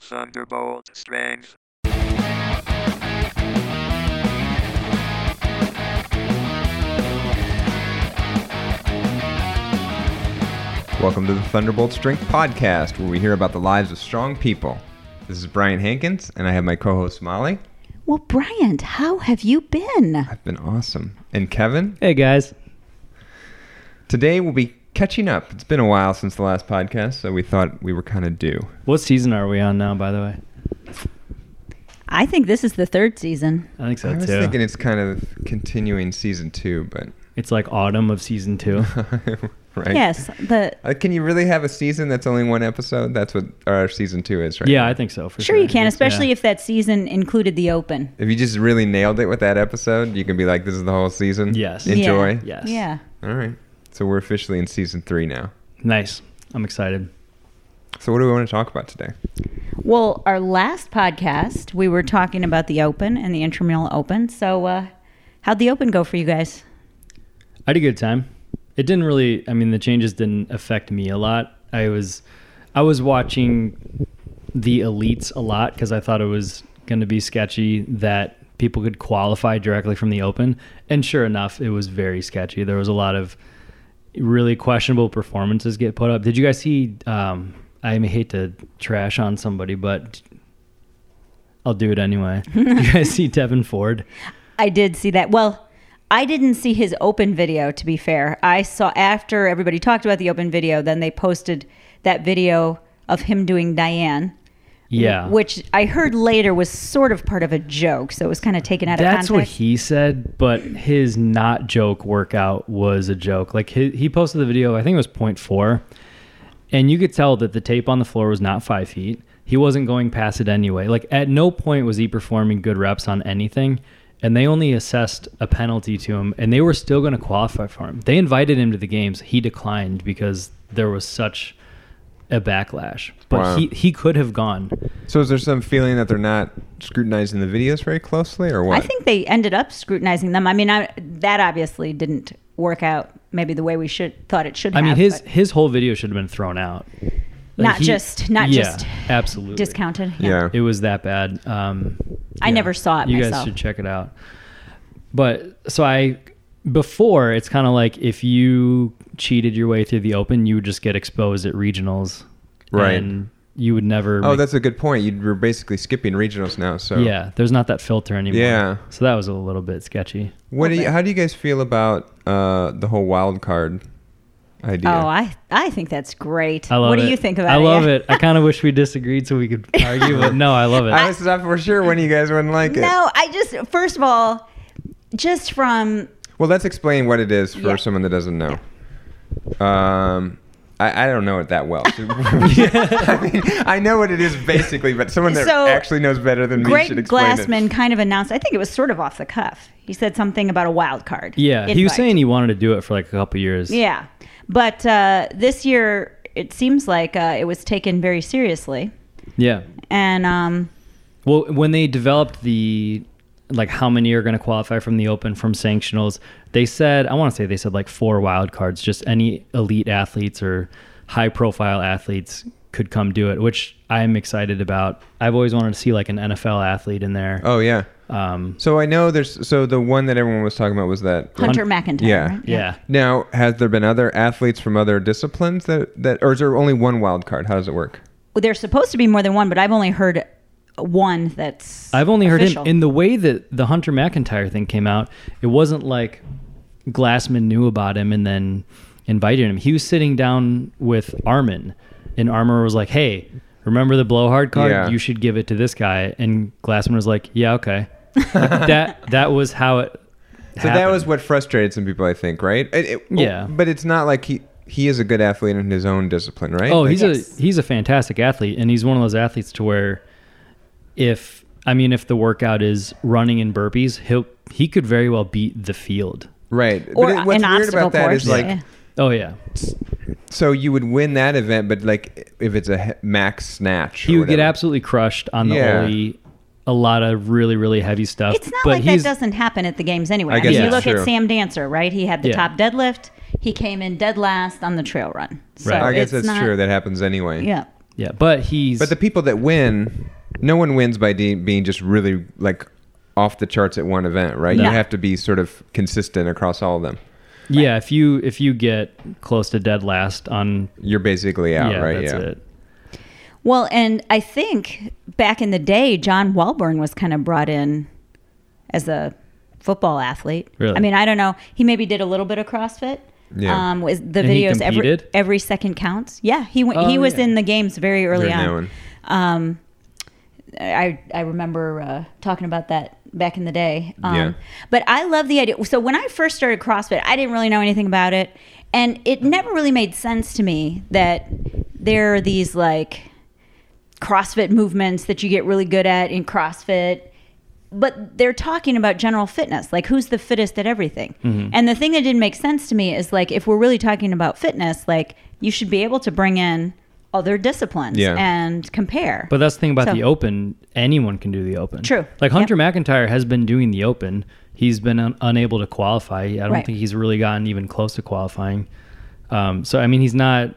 Thunderbolt Strange. Welcome to the Thunderbolt Strength Podcast, where we hear about the lives of strong people. This is Brian Hankins, and I have my co host Molly. Well, Bryant, how have you been? I've been awesome. And Kevin, Hey guys. today we'll be catching up. It's been a while since the last podcast, so we thought we were kind of due. What season are we on now, by the way? I think this is the third season. I think so I was too. thinking it's kind of continuing season two, but. it's like autumn of season two. right? Yes, the Uh, can you really have a season that's only one episode? That's what our season two is, right? yeah, I think so. For sure sure, you can, especially Yeah. if that season included the open. If you just really nailed it with that episode, you can be like, this is the whole season. Yes. Enjoy. Yeah. Yes. Yeah. All right. So we're officially in season three now. nice. I'm excited. So what do we want to talk about today? Well, our last podcast, we were talking about the open and the intramural open. So, uh, how'd the open go for you guys? I had a good time. It didn't really. I mean, the changes didn't affect me a lot. I was, I was watching the elites a lot because I thought it was going to be sketchy that people could qualify directly from the open. And sure enough, it was very sketchy. There was a lot of really questionable performances get put up. Did you guys see? Um, I hate to trash on somebody, but I'll do it anyway. you guys see Devin Ford? I did see that. Well, I didn't see his open video, to be fair. I saw after everybody talked about the open video, then they posted that video of him doing Diane. Yeah. Which I heard later was sort of part of a joke, so it was kind of taken out That's of what context. he said, but his not joke workout was a joke. Like he, he posted the video, I think it was 0.4, and you could tell that the tape on the floor was not five feet. He wasn't going past it anyway. Like at no point was he performing good reps on anything, and they only assessed a penalty to him, and they were still going to qualify for him. They invited him to the games. He declined because there was such a backlash. But Wow. he, he could have gone. So is there some feeling that they're not scrutinizing the videos very closely, or what? I think they ended up scrutinizing them. I mean, I, that obviously didn't work out maybe the way we should thought it should I have. mean, his but his whole video should have been thrown out. Like, Not he- just- not yeah, just absolutely discounted. yeah. It was that bad. Um, I never saw it You guys myself. should check it out. But so I before it's kind of like if you cheated your way through the open, you would just get exposed at regionals, Right. And you would never. oh, make- that's a good point. You were basically skipping regionals now. So yeah. There's not that filter anymore. Yeah. So that was a little bit sketchy. What do you, how do you guys feel about uh, the whole wild card idea? Oh, I I think that's great. I love what it. do you think about I it? love Yeah. it. I kind of wish we disagreed so we could argue, but no, I love it. I was not for sure when you guys wouldn't like it. No, I just first of all, just from Well, let's explain what it is for Yeah. someone that doesn't know. Um, I, I don't know it that well. I mean, I know what it is basically, but someone that So, actually knows better than me Greg should explain it. Glassman kind of announced. I think it was sort of off the cuff. He said something about a wild card. Yeah, he was invite. saying he wanted to do it for like a couple years. Yeah, but uh, this year it seems like uh, it was taken very seriously, yeah. and um, Well, when they developed the like how many are going to qualify from the open from sanctionals, they said I want to say they said like four wild cards, just any elite athletes or high profile athletes could come do it, which I'm excited about. I've always wanted to see like an NFL athlete in there. Oh yeah. Um, So I know there's so the one that everyone was talking about was that Hunter McIntyre. yeah. right? yeah. Now, has there been other athletes from other disciplines that, that or is there only one wild card? How does it work? Well, there's supposed to be more than one, but I've only heard one that's. I've only heard official. him in the way that the Hunter McIntyre thing came out. It wasn't like Glassman knew about him and then invited him. He was sitting down with Armin, and Armour was like, "Hey, remember the blowhard card? Yeah. You should give it to this guy." And Glassman was like, "Yeah, okay." Like, that that was how it. So that was what frustrated some people, I think, right? It- it- Yeah. But it's not like he he is a good athlete in his own discipline, right? Oh, Like- he's Yes. a he's a fantastic athlete, and he's one of those athletes to where, if I mean, if the workout is running and burpees, he'll he could very well beat the field. right. or but it- what's an weird obstacle about that course. is like yeah. Oh yeah, so you would win that event, but like if it's a he- max snatch, he or would get whatever. absolutely crushed on the Yeah. ollie, a lot of really really heavy stuff. It's not but like that he's, doesn't happen at the games anyway. I I, guess mean, you that's look true. at Sam Dancer, right? He had the Yeah. top deadlift. He came in dead last on the trail run. So Right. I guess it's that's not- true. That happens anyway. Yeah. Yeah, but he's But the people that win, no one wins by de- being just really like off the charts at one event, right? You No. have to be sort of consistent across all of them. yeah. If you if you get close to dead last on You're basically out, yeah, Oh, right? that's yeah. it. Well, and I think back in the day, John Welborn was kind of brought in as a football athlete. Really? I mean, I don't know. He maybe did a little bit of CrossFit. Yeah. Um, was the And he videos every competed? every second counts? Yeah, he went. Oh, he was yeah. in the games very early Very on. knowing. Um, I I remember uh, talking about that back in the day. Um, Yeah. But I love the idea. So when I first started CrossFit, I didn't really know anything about it, and it never really made sense to me that there are these like CrossFit movements that you get really good at in CrossFit. But they're talking about general fitness, like who's the fittest at everything. Mm-hmm. And the thing that didn't make sense to me is like, if we're really talking about fitness, like you should be able to bring in other disciplines Yeah. and compare. But that's the thing about So- the Open. Anyone can do the Open. True. Like Hunter McIntyre has been doing the Open. He's been un- unable to qualify. I don't Right. think he's really gotten even close to qualifying. Um, so I mean, he's not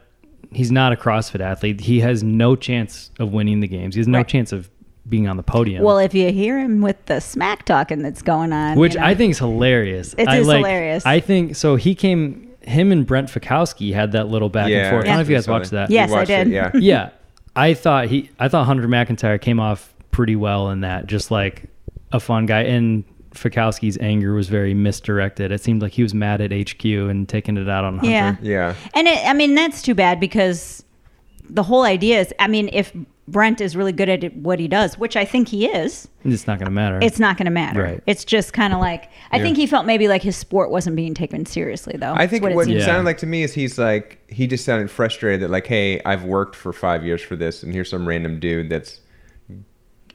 he's not a CrossFit athlete. He has no chance of winning the games. He has no Right. chance of being on the podium. Well, if you hear him with the smack talking that's going on, which you know. I think is hilarious. It I is like- hilarious. I think so. He came. Him and Brent Fakowski had that little back Yeah, and forth. I don't know if you guys saw watched that. We Yes, I watched it, did. yeah. yeah, I thought he, I thought Hunter McIntyre came off pretty well in that, just like a fun guy. And Fakowski's anger was very misdirected. It seemed like he was mad at HQ and taking it out on Hunter. Yeah. yeah. and it, I mean that's too bad because the whole idea is, I mean, if Brent is really good at it- what he does, which I think he is, It's not gonna matter. it's not going to matter. Right. It's just kind of like I think he felt maybe like his sport wasn't being taken seriously, though. I That's think what what, it it seems. Yeah. sounded like to me is he's like he just sounded frustrated that like, hey, I've worked for five years for this, and here's some random dude that's.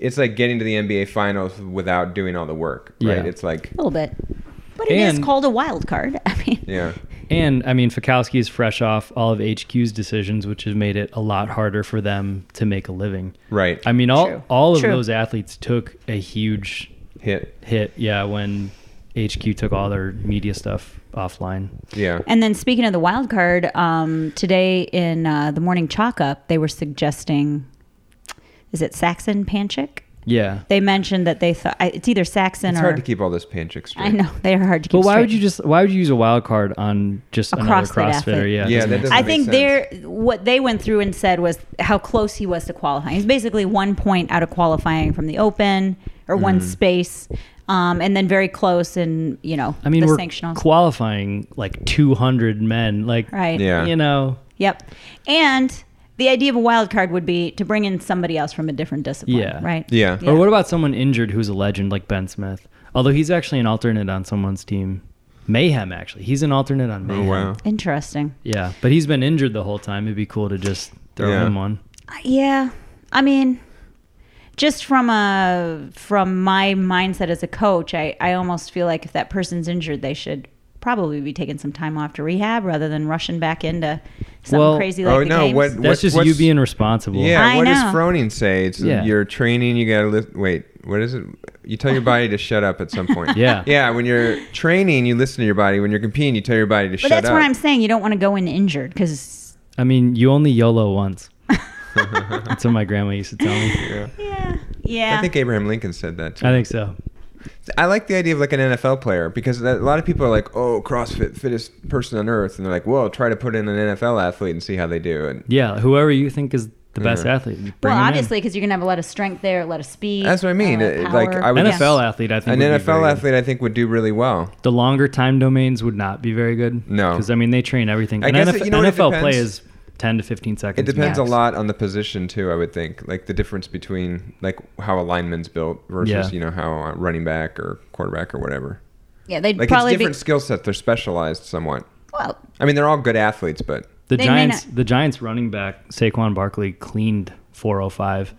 It's like getting to the NBA finals without doing all the work, right? Yeah. It's like, a little bit, but it is And- called a wild card. I mean, yeah, and I mean Fakowski is fresh off all of HQ's decisions, which has made it a lot harder for them to make a living. right. I mean, all True. all of True. those athletes took a huge hit, hit. Yeah, when HQ took all their media stuff offline. yeah, And then speaking of the wild card, um, today in uh, the morning chalk up, they were suggesting, is it Saxon Panchik? Yeah. They mentioned that they thought I- it's either Saxon it's or hard to keep all this panchik straight. I know they are hard to keep. But why would straight. you just why would you use a wild card on just A another CrossFit CrossFitter? athlete. Yeah, it Yeah, doesn't that make doesn't- I make think sense. they're what they went through and said was how close he was to qualifying. He's basically one point out of qualifying from the Open or one Mm-hmm. space, um, and then very close in you know I mean, the we're sanctionals. qualifying like 200 men. Like, Right. Yeah. you know, Yep. And the idea of a wild card would be to bring in somebody else from a different discipline. Yeah. Right. Yeah. or what about someone injured who's a legend like Ben Smith? Although he's actually an alternate on someone's team, Mayhem actually. He's an alternate on Oh Mayhem. wow, Interesting. Yeah, but he's been injured the whole time. It'd be cool to just throw Yeah. him on. Uh, Yeah. I mean, just from a from my mindset as a coach, I I almost feel like if that person's injured, they should probably be taking some time off to rehab rather than rushing back into something Well- crazy like oh the no, games. what? That's what- just what's- you being responsible. Yeah, I what does know. Froning say? It's Yeah. you're training. You gotta listen. Wait, what is it? You tell your body to shut up at some point. Yeah. yeah. When you're training, you listen to your body. When you're competing, you tell your body to But shut that's up. what I'm saying. You don't want to go in injured because I mean, you only YOLO once. That's what my grandma used to tell me. Yeah. yeah, yeah. I think Abraham Lincoln said that too. I think so. I like the idea of like an NFL player because that- a lot of people are like, "Oh, CrossFit fittest person on earth," and they're like, "Well, try to put in an NFL athlete and see how they do." And Yeah, whoever you think is the best Yeah. athlete. Bring well, him in. obviously, because you're gonna have a lot of strength there, a lot of speed. that's what I mean. uh, It- like power. I would, NFL athlete, I think an would be very NFL good. athlete, I think would do really well. The longer time domains would not be very good. No. because I mean they train everything. I An guess NFL, it- you know what, it NFL play depends. is ten to fifteen It seconds. depends max. a lot on the position too. I would think, like the difference between like how a lineman's built versus Yeah. you know how a running back or quarterback or whatever. yeah, they'd Like probably it's be different skill sets. They're specialized somewhat. well. I mean, they're all good athletes, but The They may Giants, not- the Giants running back Saquon Barkley cleaned four oh five,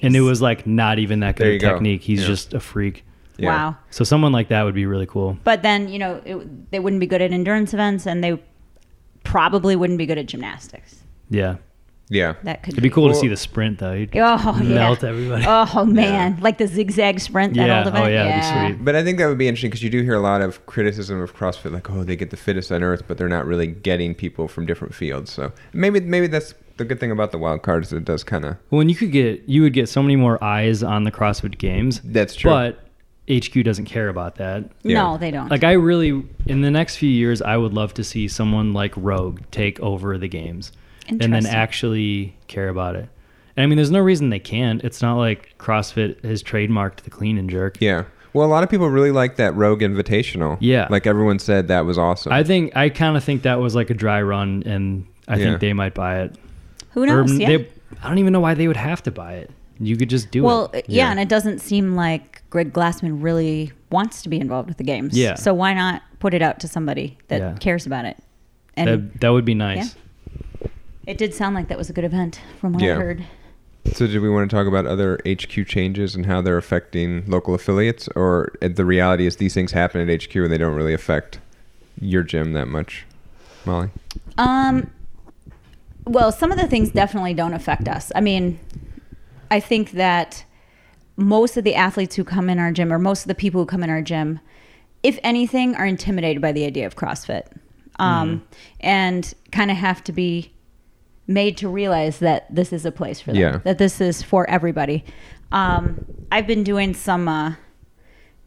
and jeez. it was like not even that There good you of go. technique. He's Yeah. just a freak. yeah. wow. So someone like that would be really cool. But then, you know, it, they wouldn't be good at endurance events and they probably wouldn't be good at gymnastics. Yeah, Yeah. That could it'd be cool to Well- see the sprint though. He'd Oh, yeah. melt everybody. Oh, man. Like the zigzag sprint, that yeah. old event. Oh yeah, That'd be sweet. But I think that would be interesting because you do hear a lot of criticism of CrossFit, like, "Oh, they get the fittest on earth, but they're not really getting people from different fields." So maybe maybe that's the good thing about the wild card is it does kind of. When you could get, you would get so many more eyes on the CrossFit Games. That's true. But HQ doesn't care about that. Yeah. No, they don't. Like I really, in the next few years, I would love to see someone like Rogue take over the games and then Interesting. actually care about it. And I mean, there's no reason they can't. It's not like CrossFit has trademarked the clean and jerk. Yeah. Well, a lot of people really like that Rogue Invitational. Yeah. Like everyone said, that was awesome. I think I kind of think that was like a dry run, and I Yeah. think they might buy it. Who knows? Or mm, yeah. they- I don't even know why they would have to buy it. You could just do well, uh, it. yeah, Yeah. and it doesn't seem like Greg Glassman really wants to be involved with the games. Yeah. So why not put it out to somebody that Yeah. cares about it? And That, that would be nice. it did sound like that was a good event from what Yeah. I heard. so, do we want to talk about other HQ changes and how they're affecting local affiliates, or uh, the reality is these things happen at HQ and they don't really affect your gym that much, Molly? Um, well, some of the things definitely don't affect us. I mean, I think that most of the athletes who come in our gym, or most of the people who come in our gym, if anything, are intimidated by the idea of CrossFit um, and kind of have to be made to realize that this is a place for them, Yeah. that this is for everybody. Um, I've been doing some. Uh,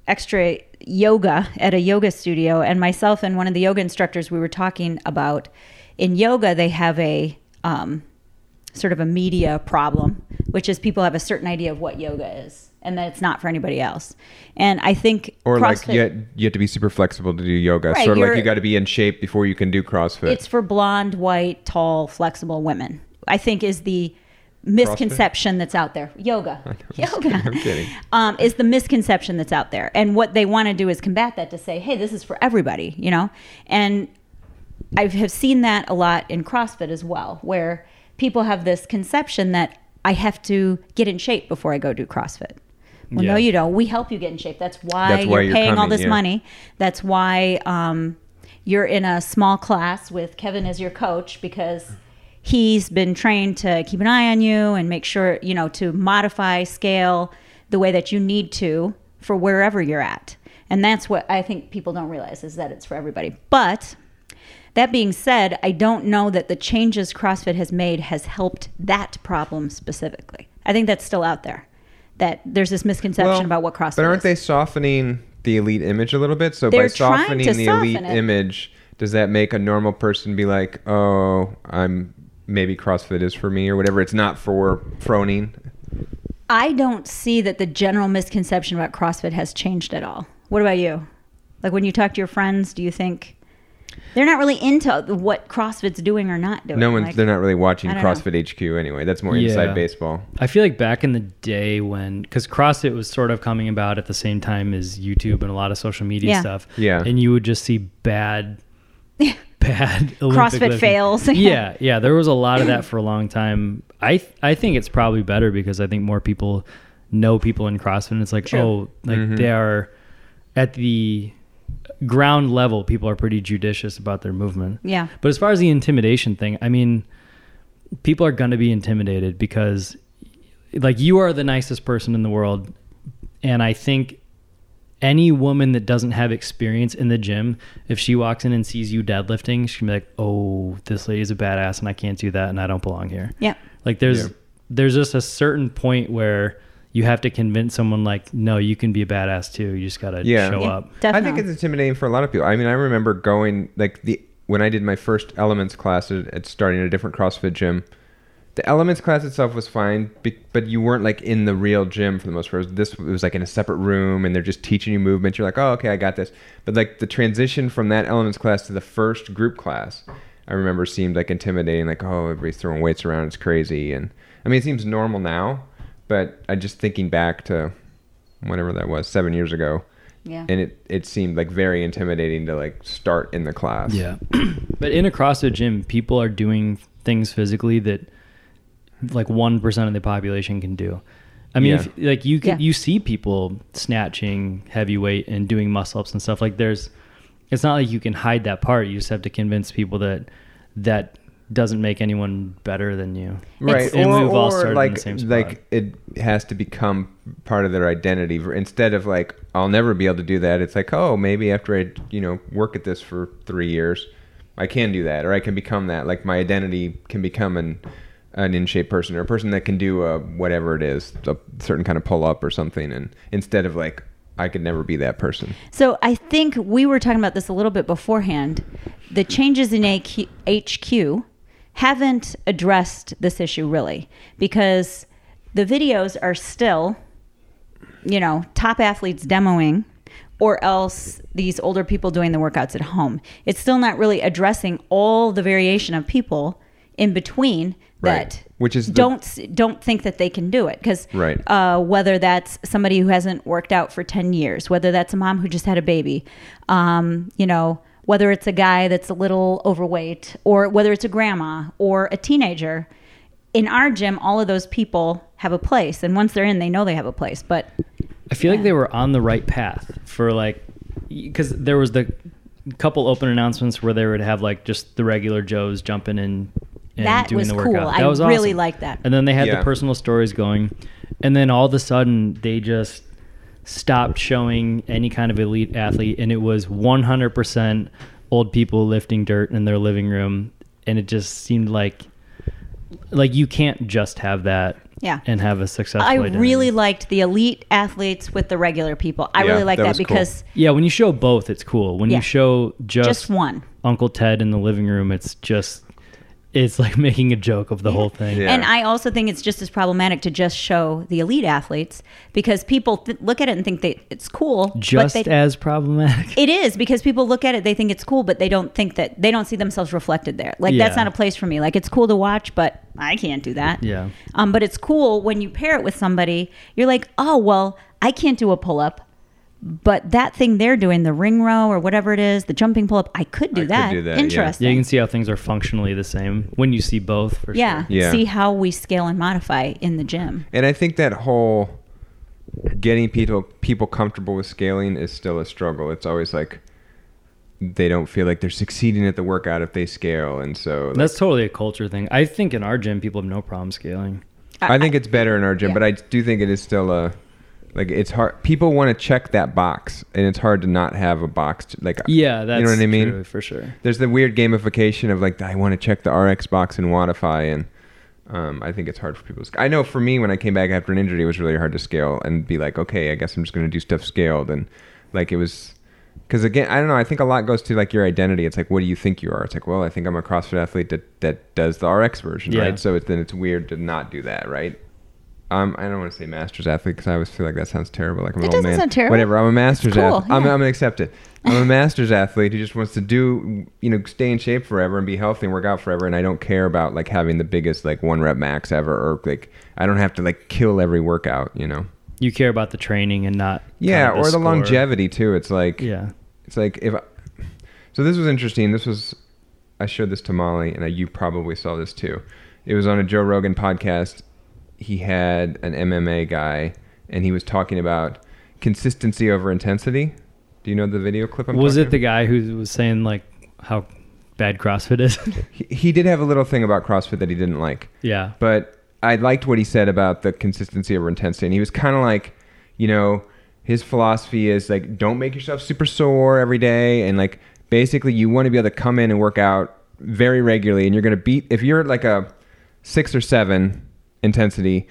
extra yoga at a yoga studio and myself and one of the yoga instructors we were talking about in yoga they have a um, sort of a media problem which is people have a certain idea of what yoga is and that it's not for anybody else and i think Or like CrossFit- you, had- you have to be super flexible to do yoga. Right, sort of like you're- you got to be in shape before you can do CrossFit. it's for blonde white tall flexible women i think is the misconception that's out there yoga yoga I'm kidding. um, is the misconception that's out there. And what they want to do is combat that to say, hey, this is for everybody, you know? And I have seen that a lot in CrossFit as well, where people have this conception that I have to get in shape before I go do CrossFit. Well, no, Yeah. you don't. We help you get in shape. That's why, That's why you're, you're paying all coming, this yeah. money. That's why um, you're in a small class with Kevin as your coach because he's been trained to keep an eye on you and make sure, you know, to modify, scale the way that you need to for wherever you're at. And that's what I think people don't realize is that it's for everybody. But that being said, I don't know that the changes CrossFit has made has helped that problem specifically. I think that's still out there. That there's this misconception Well, about what CrossFit But aren't is. they softening the elite image a little bit? So by They're trying softening to the soften elite it. image, does that make a normal person be like, "Oh, I'm maybe CrossFit is for me" or whatever? It's not for proning. I don't see that the general misconception about CrossFit has changed at all. What about you? Like when you talk to your friends, do you think they're not really into what CrossFit's doing or not doing? No one's Like, they're not really watching I don't know. CrossFit HQ anyway. That's more Yeah. inside baseball. I feel like back in the day when, because CrossFit was sort of coming about at the same time as YouTube and a lot of social media Yeah. stuff. Yeah. And you would just see bad, bad CrossFit Olympic lifting. fails. yeah. Yeah. There was a lot of that for a long time. I, th- I think it's probably better because I think more people know people in CrossFit. And it's like, True. oh, like they are at the ground level, people are pretty judicious about their movement. Yeah. But as far as the intimidation thing, I mean, people are going to be intimidated because, like, you are the nicest person in the world. And I think any woman that doesn't have experience in the gym, if she walks in and sees you deadlifting, she can be like, oh, this lady's a badass and I can't do that and I don't belong here. Yeah. Like, there's, Yeah. there's just a certain point where you have to convince someone, like, no, you can be a badass too. You just got to Yeah. show Yeah, up. definitely. I think it's intimidating for a lot of people. I mean, I remember going like the when I did my first elements class at, at starting a different CrossFit gym. The elements class itself was fine, be- but you weren't like in the real gym for the most part. This it was like in a separate room, and they're just teaching you movements. You're like, oh, okay, I got this. But like the transition from that elements class to the first group class, I remember seemed like intimidating. Like, oh, everybody's throwing weights around, it's crazy. And I mean, it seems normal now, but I just thinking back to whatever that was seven years ago, yeah. and it it seemed like very intimidating to like start in the class. Yeah. but in a CrossFit gym, people are doing things physically that like 1% of the population can do. I mean, Yeah. if, like you can, Yeah. you see people snatching heavy weight and doing muscle ups and stuff like there's, it's not like you can hide that part. You just have to convince people that that doesn't make anyone better than you. Right. And or we've all or, started in the like same spot. like it has to become part of their identity ver- instead of like I'll never be able to do that. It's like, "Oh, maybe after I, you know, work at this for 3 years, I can do that or I can become that." Like my identity can become an an in shape person or a person that can do uh, whatever it is, a certain kind of pull up or something, and instead of like, I could never be that person. So I think we were talking about this a little bit beforehand. The changes in AQ, HQ haven't addressed this issue really because the videos are still, you know, top athletes demoing or else these older people doing the workouts at home. It's still not really addressing all the variation of people in between that Which is the- don't s- don't think that they can do it because Right. uh, whether that's somebody who hasn't worked out for 10 years whether that's a mom who just had a baby um, you know whether it's a guy that's a little overweight or whether it's a grandma or a teenager in our gym all of those people have a place and once they're in they know they have a place but I feel like they were on the right path for like, because there was the couple open announcements where they would have like just the regular Joes jumping in and That doing was the cool. workout. I really awesome. liked that. And then they had Yeah. the personal stories going, and then all of a sudden they just stopped showing any kind of elite athlete, and it was 100% old people lifting dirt in their living room, and it just seemed like like you can't just have that Yeah. and have a successful i identity. really liked the elite athletes with the regular people i Yeah, really like that that, was cool. because Yeah, when you show both, it's cool. When Yeah. you show just, just one Uncle Ted in the living room, it's just it's like making a joke of the whole thing. Yeah. And I also think it's just as problematic to just show the elite athletes because people th- look at it and think that it's cool. Just but they, as problematic. it is because people look at it, they think it's cool, but they don't think that they don't see themselves reflected there. Like that's Yeah. not a place for me. Like it's cool to watch, but I can't do that. Yeah. Um, but it's cool when you pair it with somebody. You're like, oh well, I can't do a pull up. But that thing they're doing, the ring row or whatever it is, the jumping pull up, I could do I could that. do that, yeah. Interesting. Yeah, you can see how things are functionally the same when you see both. For yeah. sure. Yeah. See how we scale and modify in the gym. And I think that whole getting people people comfortable with scaling is still a struggle. It's always like they don't feel like they're succeeding at the workout if they scale, and so like, that's totally a culture thing. I think in our gym, people have no problem scaling. I think it's better in our gym, yeah. but I do think it is still a like it's hard. People want to check that box, and it's hard to not have a box. To, like Yeah, that's you know what I mean. true, for sure. There's the weird gamification of like I want to check the RX box and Wattify, and um, I think it's hard for people. To sc- I know for me when I came back after an injury, it was really hard to scale and be like, okay, I guess I'm just going to do stuff scaled, and like it was because again, I don't know. I think a lot goes to like your identity. It's like what do you think you are? It's like well, I think I'm a CrossFit athlete that that does the RX version, Yeah. right? So it's, then it's weird to not do that, right? Um, I don't want to say master's athlete because I always feel like that sounds terrible. Like I'm an It old doesn't man. sound terrible. Whatever. I'm a master's cool, athlete. I'm, yeah. I'm gonna accept it. I'm a master's athlete who just wants to do, you know, stay in shape forever and be healthy and work out forever. And I don't care about like having the biggest like one rep max ever, or like I don't have to like kill every workout, you know. You care about the training and not Yeah, kind or of the score. longevity too. It's like Yeah, it's like if I, so this was interesting this was i showed this to molly and I, you probably saw this too it was on a joe rogan podcast he had an mma guy and he was talking about consistency over intensity do you know the video clip I'm was talking it the guy who was saying like how bad CrossFit is? he, he did have a little thing about crossfit that he didn't like yeah, but I liked what he said about the consistency over intensity. And he was kind of like, you know, his philosophy is like, don't make yourself super sore every day. And like, basically, you want to be able to come in and work out very regularly. And you're going to beat, if you're like a six or seven intensity,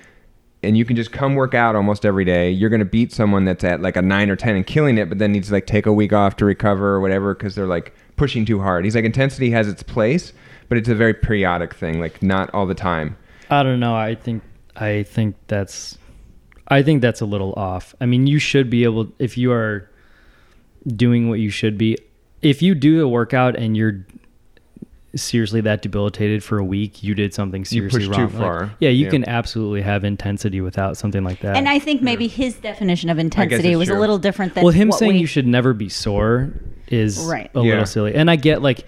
and you can just come work out almost every day. You're going to beat someone that's at like a nine or 10 and killing it, but then needs to like take a week off to recover or whatever because they're like pushing too hard. He's like, intensity has its place, but it's a very periodic thing, like not all the time. I don't know. I think I think that's I think that's a little off. I mean, you should be able if you are doing what you should be. If you do a workout and you're seriously that debilitated for a week, you did something seriously pushed too wrong. far. yeah, you Yeah. can absolutely have intensity without something like that. And I think maybe his definition of intensity it's was true. a little different than well, him what saying we- you should never be sore is Right. a Yeah. little silly. And I get like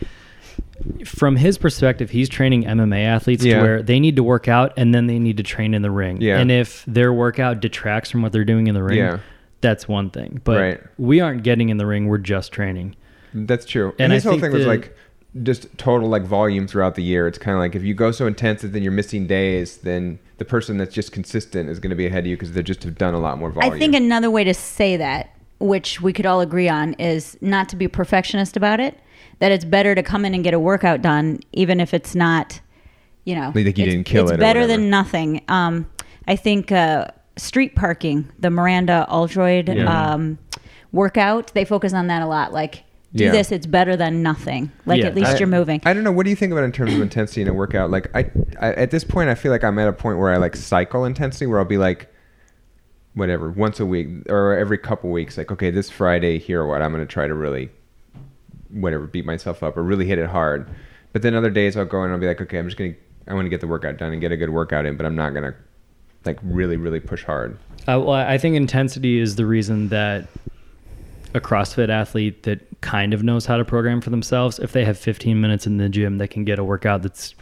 from his perspective, he's training MMA athletes Yeah. to where they need to work out and then they need to train in the ring. Yeah. And if their workout detracts from what they're doing in the ring, Yeah. that's one thing. But Right. we aren't getting in the ring, we're just training. That's true. And, And I his whole think thing was the- like just total like volume throughout the year. It's kind of like if you go so intense that then you're missing days, then the person that's just consistent is going to be ahead of you because they just have done a lot more volume. I think another way to say that, which we could all agree on, is not to be perfectionist about it. That it's better to come in and get a workout done, even if it's not, you know, Like, you it's- didn't kill it's it or better than whatever. nothing. Um, I think uh, street parking, the Miranda Aldroyd Yeah. um, workout, they focus on that a lot. Like, do Yeah. this; it's better than nothing. Like, Yeah. at least I- you're moving. I don't know. What do you think about in terms of intensity in a workout? Like, I, I at this point, I feel like I'm at a point where I like cycle intensity, where I'll be like, whatever, once a week or every couple weeks. Like, okay, this Friday, here what I'm going to try to really, whatever, beat myself up or really hit it hard. But then other days I'll go and I'll be like, okay, I'm just going to, I want to get the workout done and get a good workout in, but I'm not going to like really, really push hard. Uh, well, I think intensity is the reason that a CrossFit athlete that kind of knows how to program for themselves, if they have 15 minutes in the gym, they can get a workout that's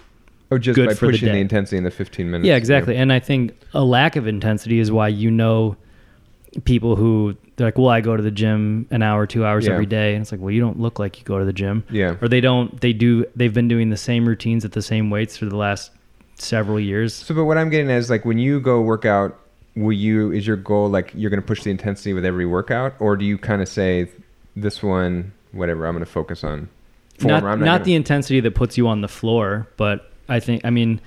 Oh, just Good by for the pushing the, day. intensity in the 15 minutes. yeah, exactly. And I think a lack of intensity is why you know people who they're like, well, I go to the gym an hour, two hours Yeah. every day, and it's like, well, you don't look like you go to the gym. Yeah. Or they don't. They do. They've been doing the same routines at the same weights for the last several years. So, but what I'm getting at is like when you go work out, will you is your goal like you're going to push the intensity with every workout, or do you kind of say this one, whatever, I'm going to focus on form? not or I'm not, the intensity that puts you on the floor, but I think I mean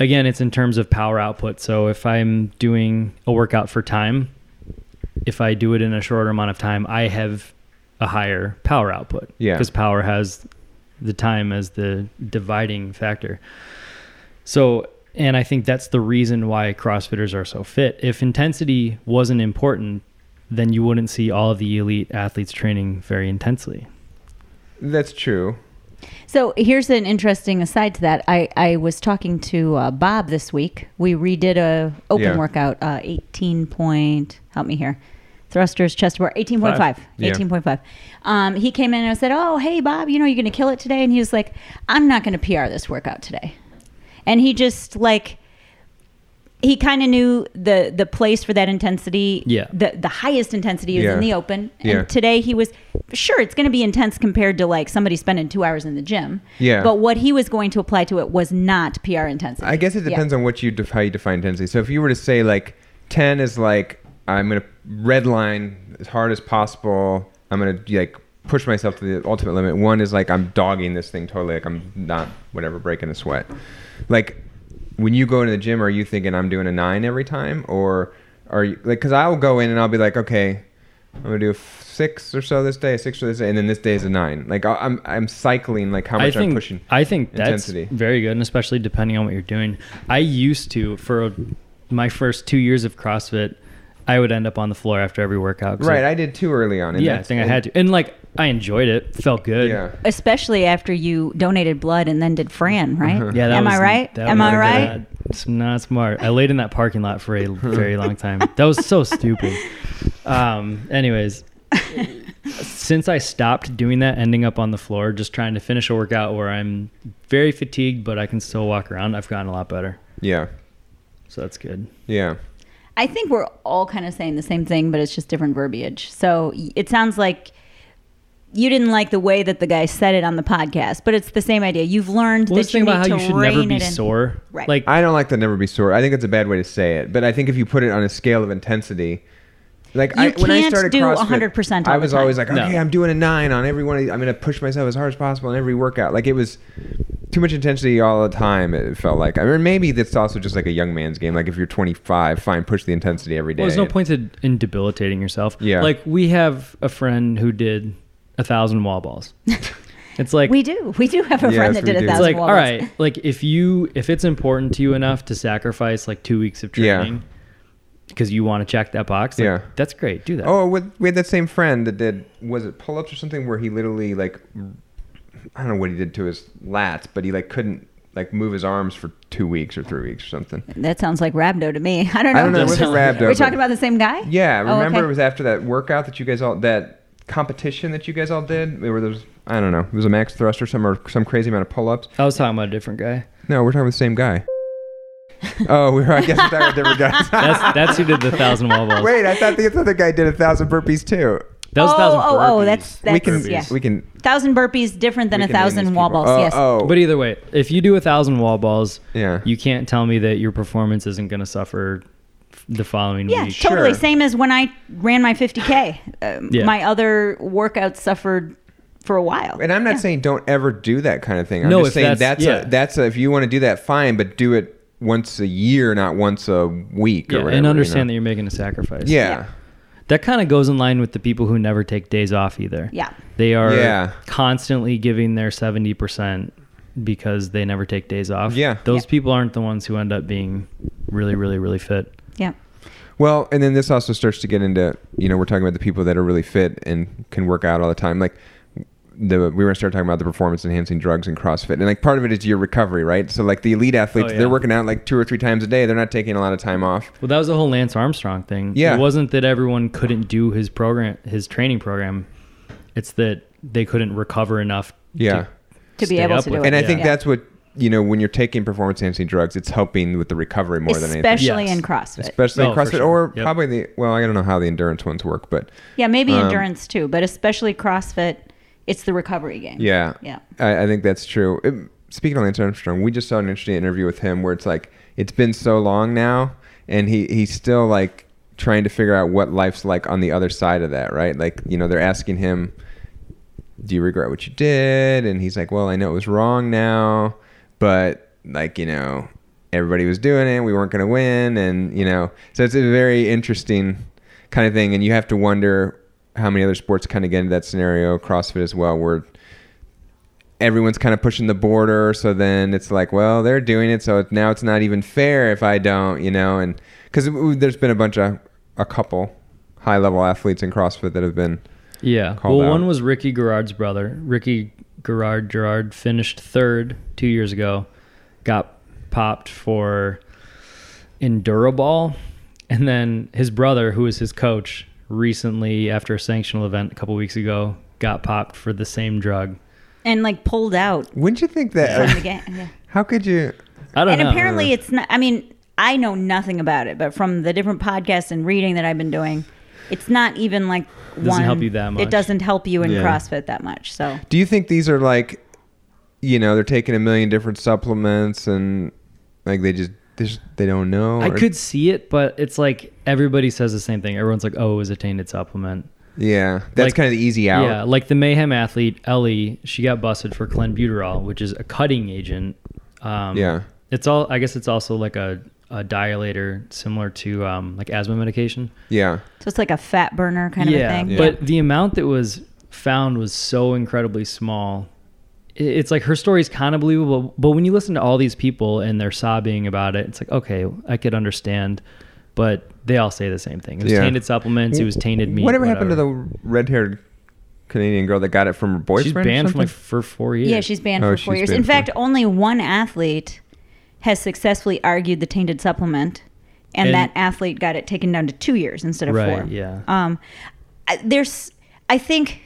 again, it's in terms of power output. So if I'm doing a workout for time, if I do it in a shorter amount of time, I have a higher power output. Yeah. Because power has the time as the dividing factor. So and I think that's the reason why CrossFitters are so fit. If intensity wasn't important, then you wouldn't see all of the elite athletes training very intensely. That's true. So here's an interesting aside to that. I, I was talking to uh, Bob this week. We redid a open Yeah. workout, uh, 18 point, help me here, thrusters, chest to bar, 18.5, Five. Yeah. 18.5. Um, he came in and I said, oh, hey, Bob, you know, you're going to kill it today. And he was like, I'm not going to PR this workout today. And he just like, he kind of knew the the place for that intensity. Yeah. The the highest intensity is Yeah. in the open. And Yeah. today he was sure it's going to be intense compared to like somebody spending two hours in the gym. Yeah. But what he was going to apply to it was not PR intensity. I guess it depends on what you def- how you define intensity. So if you were to say like 10 is like I'm going to red line as hard as possible. I'm going to like push myself to the ultimate limit. One is like I'm dogging this thing totally like I'm not whatever breaking a sweat. Like when you go into the gym are you thinking I'm doing a 9 every time or are you like cuz I'll go in and I'll be like okay I'm gonna do a f- six or so this day, six or this day, and then this day is a nine. Like I- I'm, I'm cycling like how much think, I'm pushing. I think that's intensity. very good, and especially depending on what you're doing. I used to for my first two years of CrossFit, I would end up on the floor after every workout. 'cause right, I, I did too early on. and yeah, I that's- think I and- had to, and like I enjoyed it, felt good. Yeah. Especially after you donated blood and then did Fran, right? Yeah, that Am was, I right? that Am was I right? not- It's not smart. I laid in that parking lot for a very long time. That was so stupid. Um, anyways, since I stopped doing that, ending up on the floor, just trying to finish a workout where I'm very fatigued, but I can still walk around, I've gotten a lot better. Yeah. So that's good. Yeah. I think we're all kind of saying the same thing, but it's just different verbiage. So y- it sounds like you didn't like the way that the guy said it on the podcast, but it's the same idea. You've learned Well, let's that you think need about to how you should rein never be it in. sore. Right. Like, I don't like the never be sore. I think it's a bad way to say it, but I think if you put it on a scale of intensity, like I, You when I can't started do CrossFit, 100% all I the was time. always like, No. okay, I'm doing a nine on every one. Of these. I'm going to push myself as hard as possible in every workout. Like it was too much intensity all the time. It felt like. I mean, maybe that's also just like a young man's game. Like if you're 25, fine, push the intensity every day. well, there's no point to, in debilitating yourself. Yeah. Like, we have a friend who did a thousand wall balls. it's like, We do. We do have a Yes, friend that we did a do. thousand It's it's like wall all balls. right like if you if it's important to you enough to sacrifice like two weeks of Yeah. training because you want to check that box like, Yeah. that's great do that Oh, with, we had that same friend that did was it pull ups or something where he literally like I don't know what he did to his lats, but he like couldn't like move his arms for two weeks or three weeks or something. That sounds like Rabdo to me. I don't know. I don't know. It was wasn't rhabdo. Are we but- talking about the same guy? Yeah, Oh, remember okay. it was after that workout that you guys all that competition that you guys all did. Where there was I don't know, it was a max thrust or some or some crazy amount of pull ups. i was talking about a different guy No, we're talking about the same guy. oh, we were. I guess we're talking about different guys. that's that's who did the thousand wall balls Wait, I thought the other guy did a thousand burpees too. that was Oh, a thousand oh, oh, burpees. that's- we that's- can. yeah. We can. thousand burpees different than we a can name these thousand wall people. balls. yes. Oh, oh. but either way if you do a thousand wall balls Yeah. you can't tell me that your performance isn't going to suffer f- the following Yeah, week totally. Sure. Same as when I ran my 50K. Um, Yeah. My other workouts suffered for a while. And I'm not Yeah. saying don't ever do that kind of thing. I'm No, just if saying that's that's- yeah. a, that's a, if you want to do that, fine, but do it once a year, not once a week. or Yeah, whatever, and understand you that you're making a sacrifice. know? yeah. Yeah. That kind of goes in line with the people who never take days off either. Yeah. They are Yeah. constantly giving their 70% because they never take days off. Yeah. Those Yeah. people aren't the ones who end up being really, really, really fit. Yeah. Well, and then this also starts to get into you know we're talking about the people that are really fit and can work out all the time. Like the we were gonna start talking about the performance enhancing drugs and CrossFit, and like part of it is your recovery, right? So like the elite athletes, Oh, yeah. they're working out like two or three times a day. They're not taking a lot of time off. Well, that was the whole Lance Armstrong thing. Yeah. It wasn't that everyone couldn't do his program, his training program. It's that they couldn't recover enough. Yeah. To be stay able up to with do it. it. And I think Yeah. that's what you know when you're taking performance enhancing drugs, it's helping with the recovery more than anything. Especially Yes. in CrossFit. Especially Oh, in for CrossFit, sure. or Yep. probably the well, I don't know how the endurance ones work, but yeah, maybe Um, endurance too, but especially CrossFit, it's the recovery game. Yeah. Yeah. I, I think that's true. It- speaking of Lance Armstrong, we just saw an interesting interview with him where it's like it's been so long now, and he he's still like trying to figure out what life's like on the other side of that, right? Like you know they're asking him, "Do you regret what you did?" And he's like, "Well, I know it was wrong now, but like you know." Everybody was doing it. We weren't going to win, and you know, so it's a very interesting kind of thing. And you have to wonder how many other sports kind of get into that scenario. CrossFit as well, where everyone's kind of pushing the border so then it's like well they're doing it so it, now it's not even fair if i don't you know and because there's been a bunch of a couple high level athletes in crossfit that have been Yeah. Called Well, out. one was Ricky Garrard's brother. Ricky Garrard Gerard finished third two years ago, got popped for Enduraball. And then his brother, who is his coach, recently, after a sanctional event a couple weeks ago, got popped for the same drug. And like pulled out wouldn't you think that from the game. Yeah. how could you I don't and know. apparently it's not i mean i know nothing about it but from the different podcasts and reading that i've been doing it's not even like doesn't one help you that much. it doesn't help you in Yeah. crossfit that much so do you think these are like you know they're taking a million different supplements and like they just they, just, they don't know I or- could see it, but it's like everybody says the same thing. Everyone's like, "Oh, it was a tainted supplement." yeah that's like- kind of the easy out Yeah, like the mayhem athlete Ellie, she got busted for clenbuterol, which is a cutting agent. Um, Yeah. it's all. I guess it's also like a, a dilator, similar to um, like asthma medication. yeah so it's like a fat burner kind of a yeah, thing but the amount that was found was so incredibly small. I- It's like her story is kind of believable, but when you listen to all these people and they're sobbing about it, it's like okay, I could understand, but they all say the same thing. It was Yeah. tainted supplements. It was tainted meat. whatever, happened to the red-haired canadian girl that got it from her boyfriend She's or banned from like something? for four years. yeah she's banned Oh, for four she's years banned in fact for- only one athlete has successfully argued the tainted supplement and, And- that athlete got it taken down to two years instead of Right, four yeah. um I- there's i think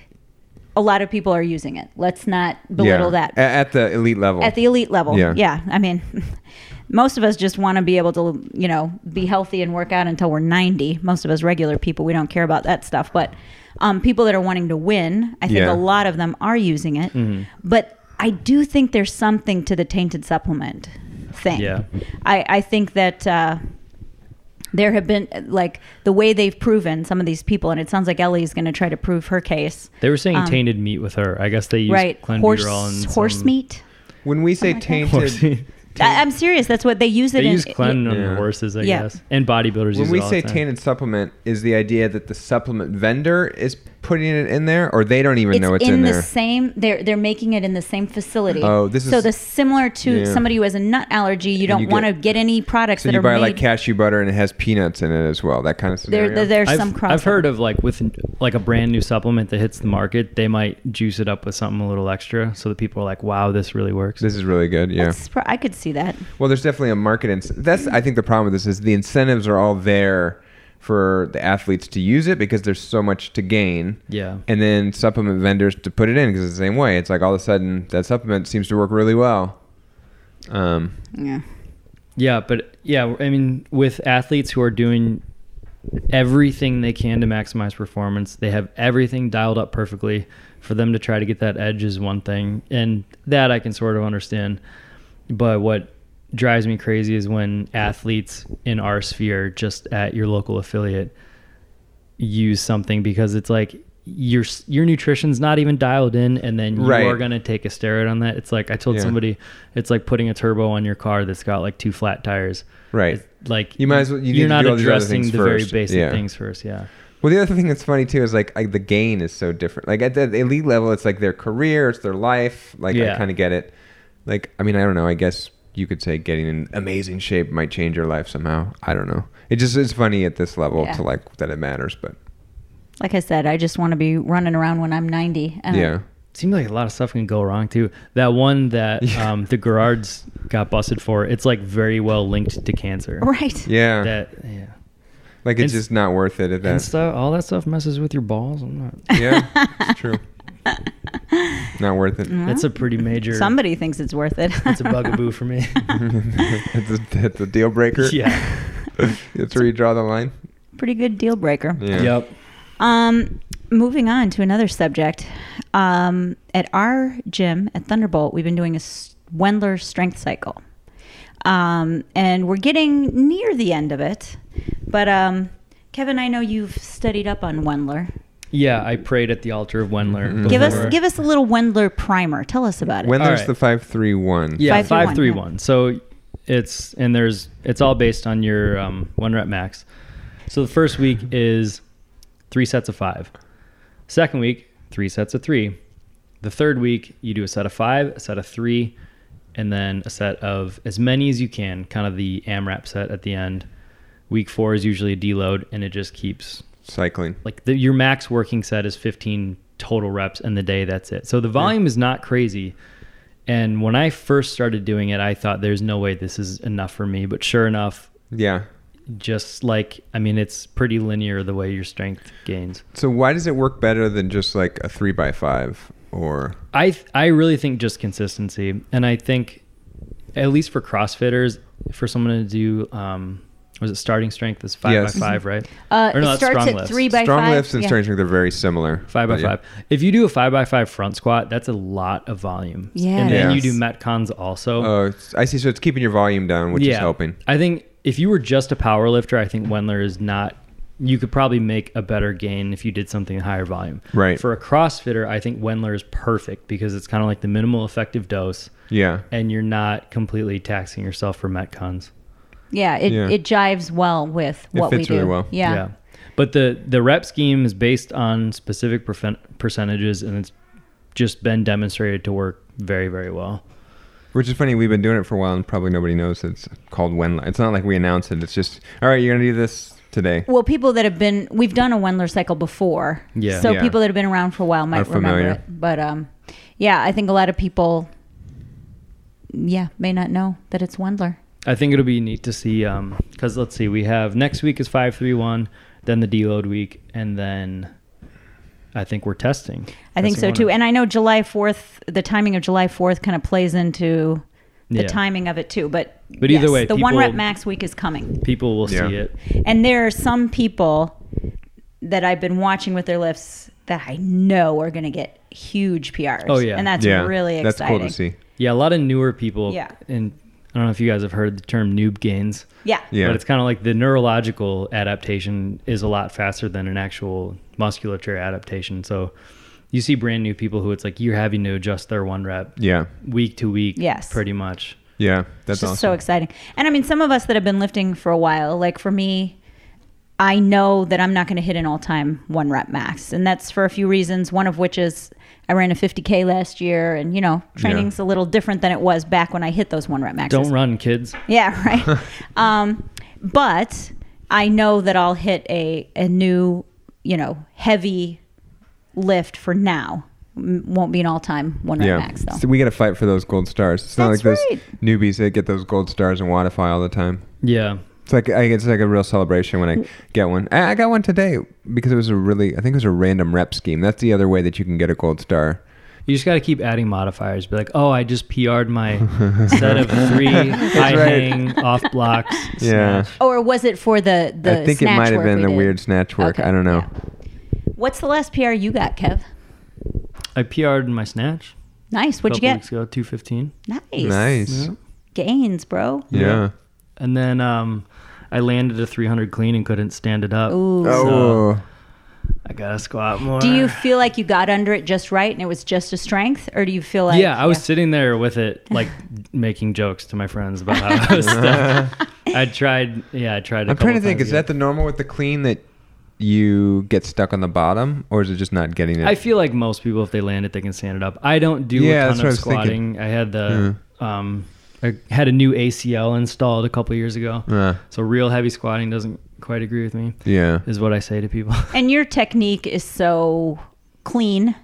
a lot of people are using it let's not belittle yeah. that A- at the elite level at the elite level. Yeah. Yeah. I mean, most of us just want to be able to, you know, be healthy and work out until we're 90. Most of us regular people, we don't care about that stuff. But um, people that are wanting to win, I think Yeah. a lot of them are using it. Mm-hmm. But I do think there's something to the tainted supplement thing. Yeah. I, I think that. Uh, there have been like the way they've proven some of these people, and it sounds like Ellie's going to try to prove her case. They were saying Um, tainted meat with her. I guess they used right? clenbuterol Horse and horse some- meat. When Oh we say Something Horse tainted, meat. I, I'm serious. That's what they use it they in. use clen on Yeah. horses, I e-, Yeah. guess, and bodybuilders. when use we it all say the time. tainted supplement, is the idea that the supplement vendor is putting it in there, or they don't even it's know it's in, in, the there? same. They're they're making it in the same facility. Oh, this so is- the similar to yeah. somebody who has a nut allergy. You don't you want to get- get any products So that you are buy made. like cashew butter and it has peanuts in it as well. That kind of there, scenario. there- there's I've, some cross. I've heard of like with like a brand new supplement that hits the market, they might juice it up with something a little extra, so that people are like, "Wow, this really works." This is really good. Yeah. That's pro- I could see that. Well, there's definitely a market. Ins- that's I think the problem with this is the incentives are all there for the athletes to use it because there's so much to gain. Yeah. And then supplement vendors to put it in because it's the same way. It's like all of a sudden that supplement seems to work really well. Um, Yeah. Yeah, but yeah, I mean, with athletes who are doing everything they can to maximize performance, they have everything dialed up perfectly. For them to try to get that edge is one thing, and that I can sort of understand. But what drives me crazy is when athletes in our sphere, just at your local affiliate, use something because it's like your s- your nutrition's not even dialed in, and then you Right. are gonna take a steroid on that. It's like I told Yeah. somebody, it's like putting a turbo on your car that's got like two flat tires. Right. It's like You might as well- you need are to not do all these other addressing things the first. very basic Yeah. things first. Yeah. Well, the other thing that's funny too is like I, the gain is so different. Like at the elite level, it's like their career, it's their life. Like I Yeah. kind of get it. Like I mean, I don't know. I guess you could say getting in amazing shape might change your life somehow. I don't know. It just is funny at this level Yeah. to like that it matters, but Like I said, I just want to be running around when I'm 90. And yeah, Seems like a lot of stuff can go wrong too. That one that um, the Gerards got busted for, it's like very well linked to cancer. Right. yeah. That yeah. like it's it's- just not worth it at And that. stuff, all that stuff messes with your balls. I'm not. yeah, it's true. Not worth it. That's a pretty major. Mm-hmm. Somebody thinks it's worth it. That's a bugaboo for me. it's, a, it's a deal breaker. yeah. that's where you draw the line. Pretty good deal breaker. Yeah. Yep. Um, moving on to another subject. Um, at our gym at Thunderbolt, we've been doing a s- Wendler strength cycle. Um, and we're getting near the end of it. But um, Kevin, I know you've studied up on Wendler. Yeah, I prayed at the altar of Wendler. Mm-hmm. Give before- us give us a little Wendler primer. Tell us about it. When there's right. the five three one. yeah Five through five three one, one. So it's and there's it's all based on your um, one rep max. So the first week is three sets of five. Second week, three sets of three. The third week, you do a set of five, a set of three, and then a set of as many as you can, kind of the AMRAP set at the end. Week four is usually a deload, and it just keeps cycling. like the, your max working set is 15 total reps in the day that's it so the volume is not crazy and when i first started doing it i thought there's no way this is enough for me but sure enough Yeah. just like i mean it's pretty linear the way your strength gains So why does it work better than just like a three by five or I th- I really think just consistency, and I think at least for CrossFitters, for someone to do um, was it starting strength is five Yes. by five, right? Uh, Or it no, that's starts strong at lifts. three by strong five. lifts and yeah. starting strength are very similar. Five by But yeah. five. If you do a five by five front squat, that's a lot of volume. and then Yes. you do metcons also. Oh, it's, I see. So it's keeping your volume down, which is helping. I think if you were just a power lifter, I think Wendler is not. You could probably make a better gain if you did something higher volume. Right. For a CrossFitter, I think Wendler is perfect because it's kind of like the minimal effective dose, Yeah. and you're not completely taxing yourself for metcons. Yeah, it, Yeah. it jives well with what fits we do. really well. Yeah. But the the rep scheme is based on specific perfen- percentages, and it's just been demonstrated to work very very well. Which is funny. We've been doing it for a while, and probably nobody knows it's called Wendler. It's not like we announce it. It's just all right. You're gonna do this today. Well, people that have been we've done a Wendler cycle before. Yeah. So Yeah. people that have been around for a while Are might remember familiar. it. But um yeah, I think a lot of people yeah, may not know that it's Wendler. I think it'll be neat to see because let's see, we have next week is five three one, then the deload week, and then I think we're testing. I think so Testing too. one. And I know July 4th, the timing of July 4th kind of plays into the Yeah. timing of it too. But, But either yes, way, the one people- rep max week is coming. people will Yeah. see it. And there are some people that I've been watching with their lifts that I know are going to get huge PRs. Oh, yeah. And that's yeah. really That's exciting. cool to see. Yeah, a lot of newer people. Yeah. And I don't know if you guys have heard the term noob gains. Yeah. Yeah. But it's kind of like the neurological adaptation is a lot faster than an actual musculature adaptation. So you see brand new people who it's like you're having to adjust their one rep Yeah. week to week. Yes. Pretty much. Yeah. That's It's just so awesome. exciting. And I mean, some of us that have been lifting for a while, like for me, I know that I'm not going to hit an all time one rep max. And that's for a few reasons, one of which is I ran a 50K last year, and you know, training's a little different than it was back when I hit those one rep maxes. Don't run, kids. Yeah, right. um, but I know that I'll hit a, a new, you know, heavy lift for now. M- won't be an all time one rep yeah. max, though. So we gotta fight for those gold stars. It's not like That's those right. newbies that get those gold stars and Wattify all the time. Yeah. It's like I, it's like a real celebration when I get one. I, I got one today because it was a really I think it was a random rep scheme. That's the other way that you can get a gold star. You just got to keep adding modifiers. Be like, oh, I just PR'd my set of three high right. hang off blocks. Yeah. snatch. Or was it for the the? I think it snatch might have work been we the did? weird snatch work. Okay, I don't know. What's the last PR you got, Kev? I PR'd my snatch. Nice. a What'd you couple get? Weeks ago, two fifteen. Nice. Nice. gains, bro. Yeah. And then um, I landed a 300 clean and couldn't stand it up. Ooh. So Oh. I gotta squat more. Do you feel like you got under it just right and it was just a strength, or do you feel like yeah, I was sitting there with it, like making jokes to my friends about how I was. stuck. I tried. Yeah, I tried. i I'm trying to think. Is that the normal with the clean that you get stuck on the bottom, or is it just not getting it? I feel like most people, if they land it, they can stand it up. I don't do Yeah, a that's ton what I of was thinking. squatting. I had the um, I had a new ACL installed a couple years ago, Uh, so real heavy squatting doesn't quite agree with me. yeah. Is what I say to people. And your technique is so clean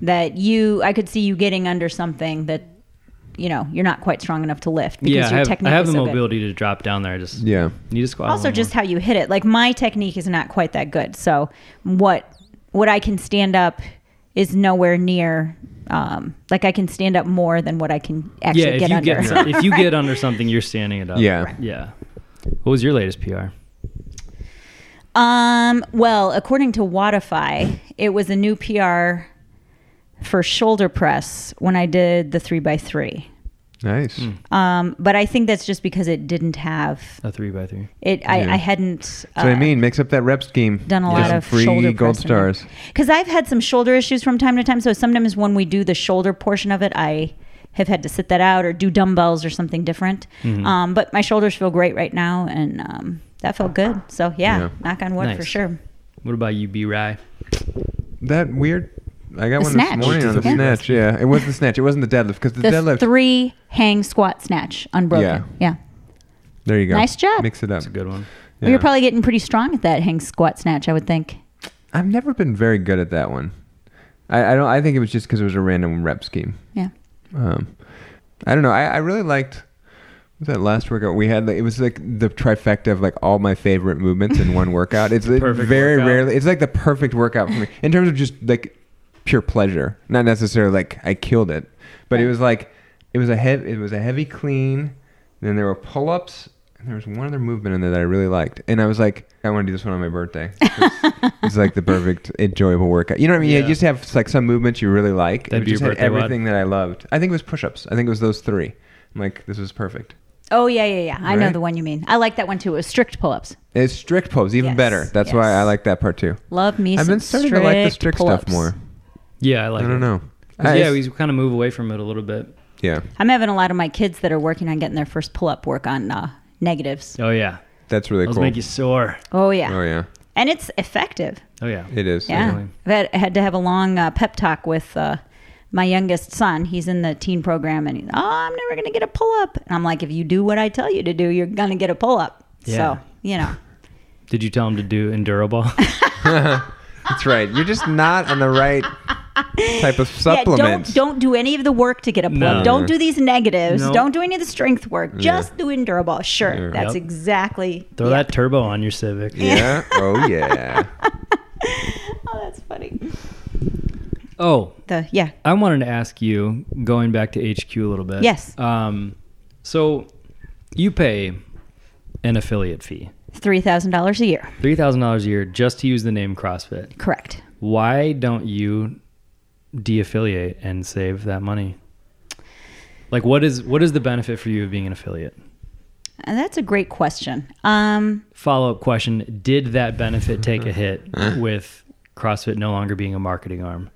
that you, I could see you getting under something that, you know, you're not quite strong enough to lift because yeah, your I have, I technique have is the so good. mobility to drop down there. I just Yeah. need to squat. a Also, little just more. how you hit it. Like my technique is not quite that good, so what what I can stand up is nowhere near. Um, like I can stand up more than what I can actually yeah. If get you under. get so- if you get under something, you're standing Oh, it up. Yeah. Yeah. What was your latest PR? Um, well, according to Wattify, it was a new PR for shoulder press when I did the three by three. Nice. Um, but I think that's just because it didn't have A three by three. it. I, Yeah. I hadn't. That's what I mean. Mix up that rep scheme. Uh, Done a Get lot some of free shoulder gold press in there. stars. Because I've had some shoulder issues from time to time. So sometimes when we do the shoulder portion of it, I have had to sit that out or do dumbbells or something different. Mm-hmm. Um, but my shoulders feel great right now, and um, that felt good. So yeah, Yeah. knock on wood for Nice. sure. What about you, B Rye? That weird. I got The one snatch. this morning on the Yeah. snatch. Yeah, it was the snatch. It wasn't the deadlift because the, The deadlift. three hang squat snatch unbroken. Yeah. there you go. Nice job. Mix it up. That's a good one. We were Yeah. probably getting pretty strong at that hang squat snatch, I would think. I've never been very good at that one. I, I don't. I think it was just because it was a random rep scheme. Yeah. Um, I don't know. I, I really liked what was that last workout we had. Like, it was like the trifecta of like all my favorite movements in one workout. It's it Perfect very workout. rarely. It's like the perfect workout for me in terms of just like pure pleasure. Not necessarily like I killed it, but it was like it was a heavy. It was a heavy clean. Then there were pull ups. And there was one other movement in there that I really liked, and I was like, I want to do this one on my birthday. It's, it's like the perfect enjoyable workout. You know what I mean? Yeah. You Yeah. just have like some movements you really like, That'd it be just your had birthday wad. everything that I loved. I think it was push-ups. I think it was those three. I'm like, this was perfect. Oh yeah, yeah, yeah. I know Right. the one you mean. I like that one too. It was strict pull ups. It's strict pose, even Yes, better. That's why I yes. like that part too. Love me. I've some been starting to like the strict stuff pull-ups. more. Yeah, I like. I don't it. know. 'Cause, I- Yeah, we kind of move away from it a little bit. yeah, I'm having a lot of my kids that are working on getting their first pull up work on uh, negatives. Oh yeah, that's really those cool. make you sore. Oh yeah. Oh yeah, and it's effective. Oh yeah. it is. Yeah, Totally. I've had, had to have a long uh, pep talk with uh, my youngest son. He's in the teen program, and he's, oh, I'm never going to get a pull up. And I'm like, if you do what I tell you to do, you're going to get a pull up. Yeah. So you know, Did you tell him to do enduro ball? That's right. You're just not on the right type of yeah, supplement. don't don't do any of the work to get a pull up. No. Don't do these negatives. No. Don't do any of the strength work. Just do endurable. Sure, Yeah. that's Yep. exactly. Throw yeah. that turbo on your Civic. Yeah. Oh yeah. Oh, that's funny. Oh, The yeah, I wanted to ask you, going back to HQ a little bit. Yes. Um, so you pay an affiliate fee, three thousand dollars a year. three thousand dollars a year, just to use the name CrossFit. Correct. Why don't you de-affiliate and save that money? Like, what is what is the benefit for you of being an affiliate? And that's a great question. Um, Follow up question: Did that benefit take a hit with CrossFit no longer being a marketing arm?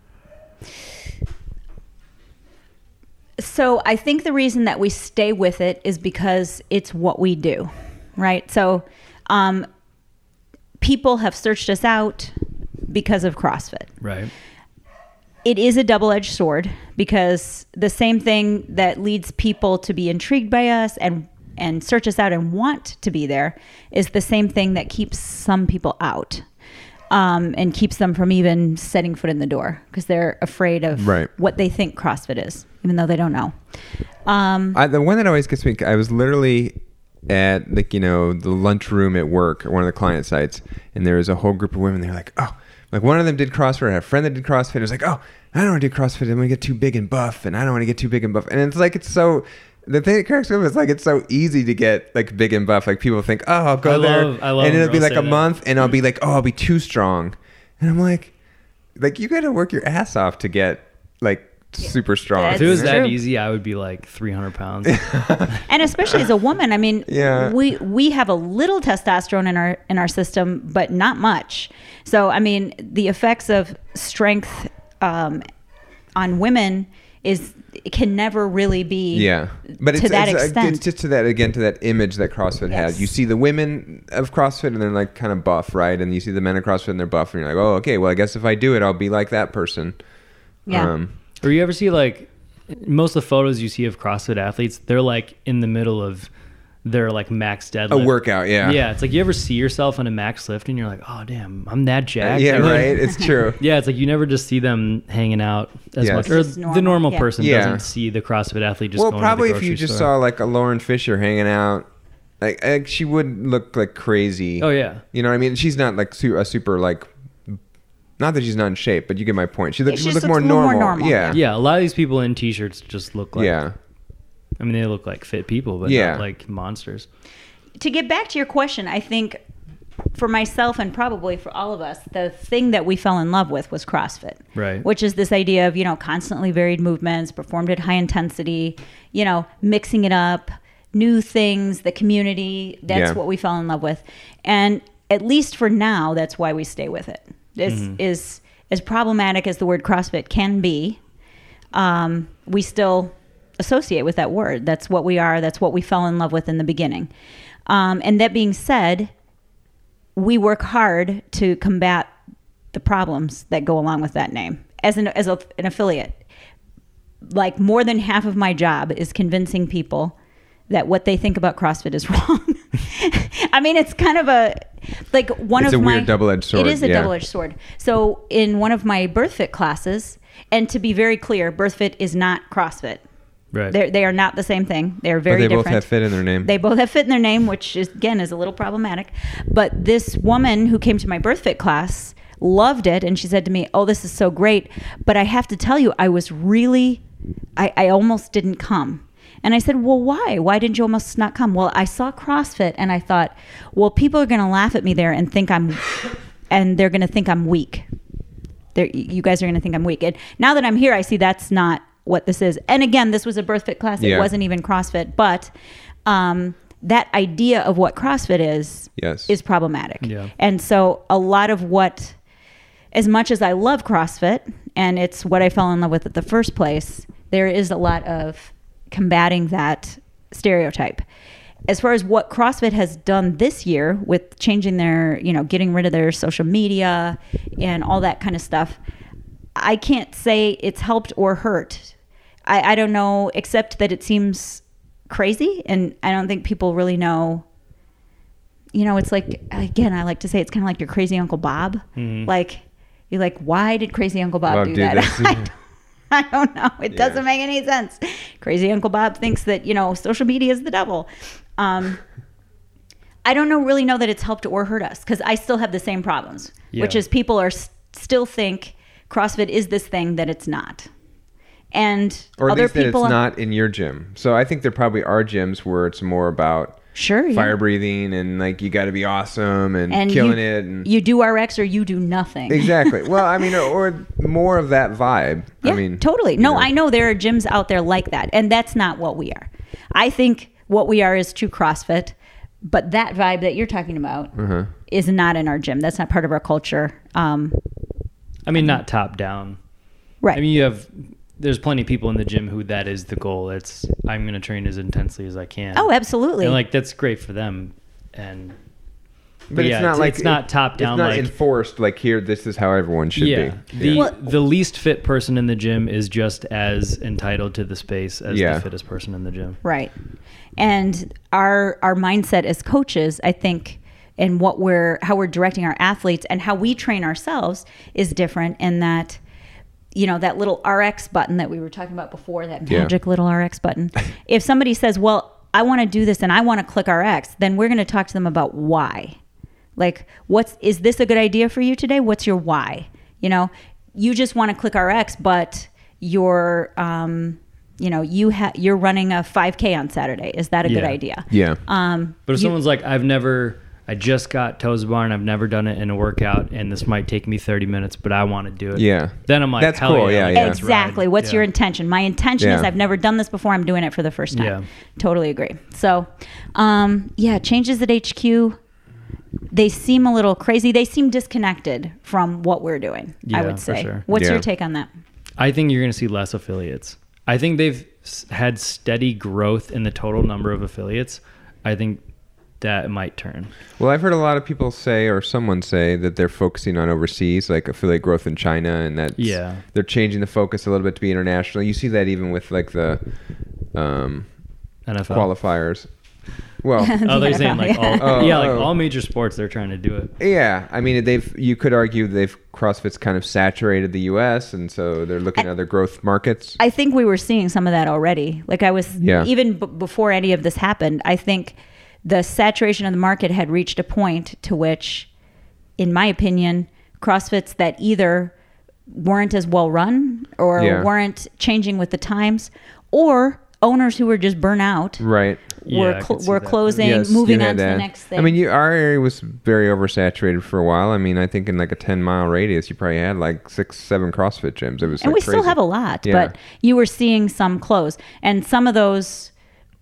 So I think the reason that we stay with it is because it's what we do, right? So um, people have searched us out because of CrossFit. Right. It is a double edged sword because the same thing that leads people to be intrigued by us and and search us out and want to be there is the same thing that keeps some people out um, and keeps them from even setting foot in the door because they're afraid of Right. what they think CrossFit is, even though they don't know. Mm-hmm. Um, I, the one that always gets me, I was literally at like you know the lunchroom at work at one of the client sites, and there was a whole group of women. They're like, oh, like one of them did CrossFit. I had a friend that did CrossFit. It was like, oh, I don't want to do CrossFit. I'm gonna get too big and buff, and I don't want to get too big and buff. And it's like it's so. The thing that cracks me up is like it's so easy to get like big and buff. Like people think, oh, I'll go I there, love- I love and when it'll be girls like say a that. month, and I'll be like, oh, I'll be too strong, and I'm like, like you got to work your ass off to get like super strong. That's If it was that true. easy, I would be like 300 pounds. and especially as a woman i mean Yeah. we we have a little testosterone in our in our system but not much so i mean the effects of strength um, on women is it can never really be Yeah, but to it's, that it's, uh, extent. it's just to that again to that image that CrossFit has. Yes. You see the women of CrossFit and they're like kind of buff, right? And you see the men of CrossFit and they're buff, and you're like, oh, okay, well, I guess if I do it, I'll be like that person. yeah Um, or you ever see like most of the photos you see of CrossFit athletes, they're like in the middle of their like max a deadlift. workout, yeah, Yeah, it's like you ever see yourself on a max lift and you're like, oh damn, I'm that Uh, jacked. yeah, Like, right. It's true. Yeah, it's like you never just see them hanging out as Yeah. much, It's or just the normal, normal yeah. person Yeah. doesn't see the CrossFit athlete just. well, going probably to the if you grocery just store. saw like a Lauren Fisher hanging out, like, like she would look like crazy. Oh yeah, You know what I mean? She's not like su- a super like. Not that she's not in shape, but you get my point. She, look, Yeah, she she would look just more looks a little normal. more normal, Yeah. yeah. A lot of these people in t-shirts just look like. yeah. I mean, they look like fit people, but Yeah. not like monsters. to get back to your question, I think for myself and probably for all of us, the thing that we fell in love with was CrossFit. Right. Which is this idea of, you know, constantly varied movements performed at high intensity, you know, mixing it up, new things, the community. That's Yeah. what we fell in love with. And at least for now, that's why we stay with it. This is as problematic as the word CrossFit can be. Um, we still associate with that word. That's what we are. That's what we fell in love with in the beginning. Um, and that being said, we work hard to combat the problems that go along with that name as an as a, an affiliate. Like more than half of my job is convincing people that what they think about CrossFit is wrong. I mean, it's kind of a like one It's of a my weird double-edged sword, It is a yeah. double edged sword. So in one of my BirthFit classes, and to be very clear, BirthFit is not CrossFit. Right. They're, they are not the same thing. They are But very they both different. have fit in their name. They both have fit in their name, which is, again is a little problematic. But this woman who came to my birth fit class loved it, and she said to me, "Oh, this is so great!" But I have to tell you, I was really, I, I almost didn't come. And I said, "Well, why? Why didn't you almost not come?" Well, I saw CrossFit, and I thought, "Well, people are going to laugh at me there and think I'm, and they're going to think I'm weak." They're, you guys are going to think I'm weak. And now that I'm here, I see that's not what this is. And again, this was a birth fit class. Yeah. It wasn't even CrossFit, but um, that idea of what CrossFit is yes. is problematic. Yeah. And so a lot of what, as much as I love CrossFit and it's what I fell in love with at the first place, there is a lot of combating that stereotype. As far as what CrossFit has done this year with changing their, you know, getting rid of their social media and all that kind of stuff, I can't say it's helped or hurt. I, I don't know, except that it seems crazy, and I don't think people really know. You know, it's like again, I like to say it's kind of like your crazy Uncle Bob. Like you're like, why did crazy Uncle Bob Bob do did that? this. I, don't, I don't know. It Yeah. doesn't make any sense. Crazy Uncle Bob thinks that you know social media is the devil. Um, I don't know really know that it's helped or hurt us because I still have the same problems, which Yeah. is people are s- still think CrossFit is this thing that it's not, and or at other least that it's people not in your gym. So I think there probably are gyms where it's more about sure Oh, yeah. fire breathing and like you got to be awesome and, and killing you, it and you do RX or you do nothing. exactly. Well, I mean, or, or more of that vibe. Yeah, I mean, totally. you No, I know there are gyms out there like that, and that's not what we are. I think what we are is true CrossFit, but that vibe that you're talking about Uh-huh. is not in our gym. That's not part of our culture. Um, I mean, not top down. right. I mean, you have. There's plenty of people in the gym who that is the goal. It's I'm going to train as intensely as I can. oh, absolutely. And like that's great for them. And But, yeah, it's not it's- like it's not top down, It's not like- enforced. Like here, this is how everyone should yeah, be. the yeah. Well- the least fit person in the gym is just as entitled to the space as Yeah. the fittest person in the gym. Right. And our our mindset as coaches, I think, and what we're how we're directing our athletes and how we train ourselves is different in that you know that little RX button that we were talking about before, that Yeah. magic little RX button. if somebody says, "Well, I want to do this and I want to click RX," then we're going to talk to them about why. Like, what's is this a good idea for you today? What's your why? You know, you just want to click RX, but you're, um, you know, you ha- you're running a 5K on Saturday. Is that a good Yeah. idea? yeah. Um, But if you- someone's like, I've never, I I just got toes bar and I've never done it in a workout, and this might take me 30 minutes, but I want to do it. Yeah. Then I'm like, That's Hell cool, Yeah, yeah, like, yeah. let's ride. exactly. What's Yeah. your intention? My intention is Yeah. I've never done this before. I'm doing it for the first time. Yeah. Totally agree. So, um, yeah, changes at HQ. They seem a little crazy. They seem disconnected from what we're doing. I Yeah, would for say. sure. What's Yeah. your take on that? I think you're going to see less affiliates. I think they've s- had steady growth in the total number of affiliates. I think that might turn. Well, I've heard a lot of people say, or someone say, that they're focusing on overseas, like affiliate growth in China, and that Yeah. they're changing the focus a little bit to be international. You see that even with like the um, NFL. qualifiers. Well, Oh, they're saying like all, Oh, yeah, like oh. all major sports, they're trying to do it. yeah, I mean, they've you could argue they've CrossFit's kind of saturated the U.S. and so they're looking at other growth markets. I think we were seeing some of that already. Like I was, Yeah. even b- before any of this happened, I think the saturation of the market had reached a point to which, in my opinion, CrossFits that either weren't as well run or Yeah. weren't changing with the times or owners who were just burnout right. Yeah, I were, could cl- see were that. closing, Yes, moving you had on to that. the next thing. I mean, you, our area was very oversaturated for a while. I mean, I think in like a ten mile radius, you probably had like six, seven CrossFit gyms. It was and like we still crazy. have a lot Yeah. but you were seeing some close and some of those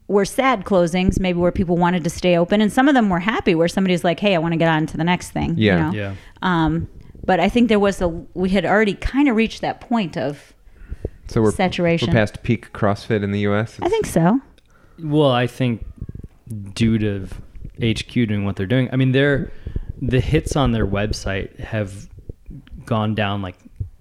were sad closings maybe where people wanted to stay open and some of them were happy where somebody's like hey i want to get on to the next thing you Yeah. know? Yeah. um, but i think there was a we had already kind of reached that point of So we're saturation. We're past peak CrossFit in the U.S. i think so Well, I think due to HQ doing what they're doing, I mean, they're the hits on their website have gone down like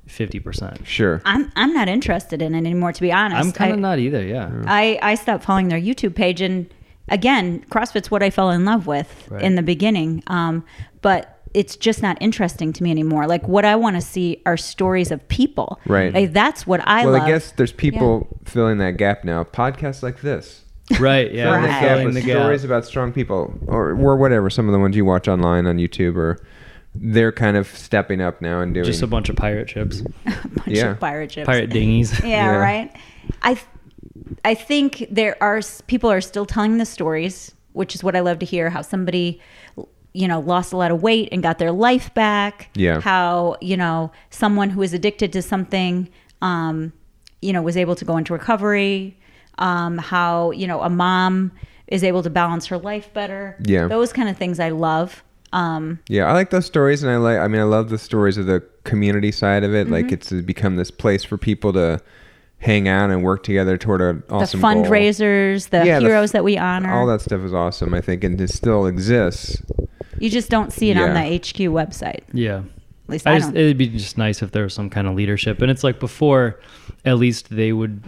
fifty percent. Sure. i'm i'm not interested in it anymore to be honest I'm kind I- of not either. Yeah. I, I stopped following their YouTube page. And again, CrossFit's what I fell in love with Right. in the beginning. Um, but it's just not interesting to me anymore. Like, what I want to see are stories of people. Right. Like, that's what I well, love. I guess there's people filling that gap now. Podcasts like this. Right. Yeah. Filling the Right. we're gap filling with the gap. stories about strong people or, or whatever. Some of the ones you watch online on YouTube or they're kind of stepping up now and doing. Just a bunch of pirate ships, a bunch yeah. of pirate ships. pirate dinghies. yeah, Yeah. right. I, th- I think there are s- people are still telling the stories, which is what I love to hear. How somebody, you know, lost a lot of weight and got their life back. Yeah. How you know someone who is addicted to something, um, you know, was able to go into recovery. Um, how you know a mom is able to balance her life better. Yeah. Those kind of things I love. Um, yeah, I like those stories, and I like. I mean, I love the stories of the community side of it. Mm-hmm. Like it's become this place for people to hang out and work together toward an the awesome goal. fundraisers, the Yeah, the f- heroes that we honor. All that stuff is awesome, I think, and it still exists. You just don't see it on the Yeah. HQ website. Yeah. At least I, I just don't. it'd be just nice if there was some kind of leadership. And it's like before, at least they would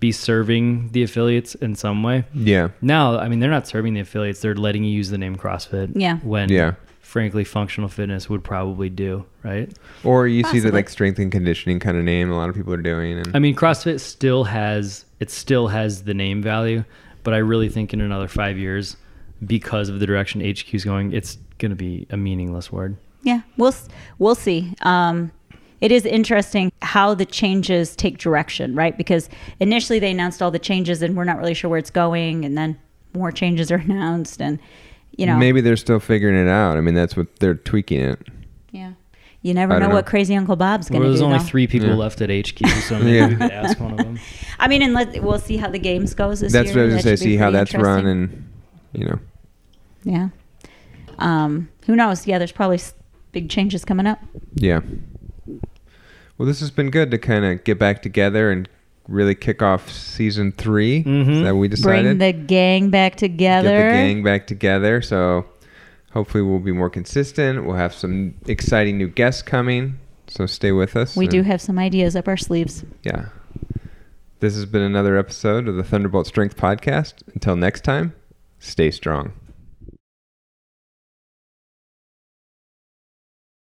be serving the affiliates in some way. Yeah, Now, I mean, they're not serving the affiliates; they're letting you use the name CrossFit. Yeah. When, Yeah. frankly, functional fitness would probably do right. or you see the Possibly. like strength and conditioning kind of name a lot of people are doing, and I mean, CrossFit still has it still has the name value, but I really think in another five years, because of the direction HQ is going, it's going to be a meaningless word. yeah, we'll s- we'll see. Um, it is interesting how the changes take direction, right? Because initially they announced all the changes, and we're not really sure where it's going, and then more changes are announced, and you know, Maybe they're still figuring it out. I mean, that's what they're tweaking it. yeah, you never I know, don't what know. crazy Uncle Bob's going Well, to do. there's only though. three people Yeah. left at HQ, so maybe Yeah. we could ask one of them. I mean, and let, we'll see how the games goes this that's year. what I was gonna That say. should be See how pretty that's run, interesting. and you know, yeah. Um, who knows? Yeah, there's probably s- big changes coming up. yeah. Well, this has been good to kind of get back together and really kick off season 3 Mhm. that we Bring decided. the gang back get together. the gang back together. So hopefully we'll be more consistent. We'll have some exciting new guests coming. So stay with us. We and- do have some ideas up our sleeves. Yeah. This has been another episode of the Thunderbolt Strength Podcast. Until next time, stay strong.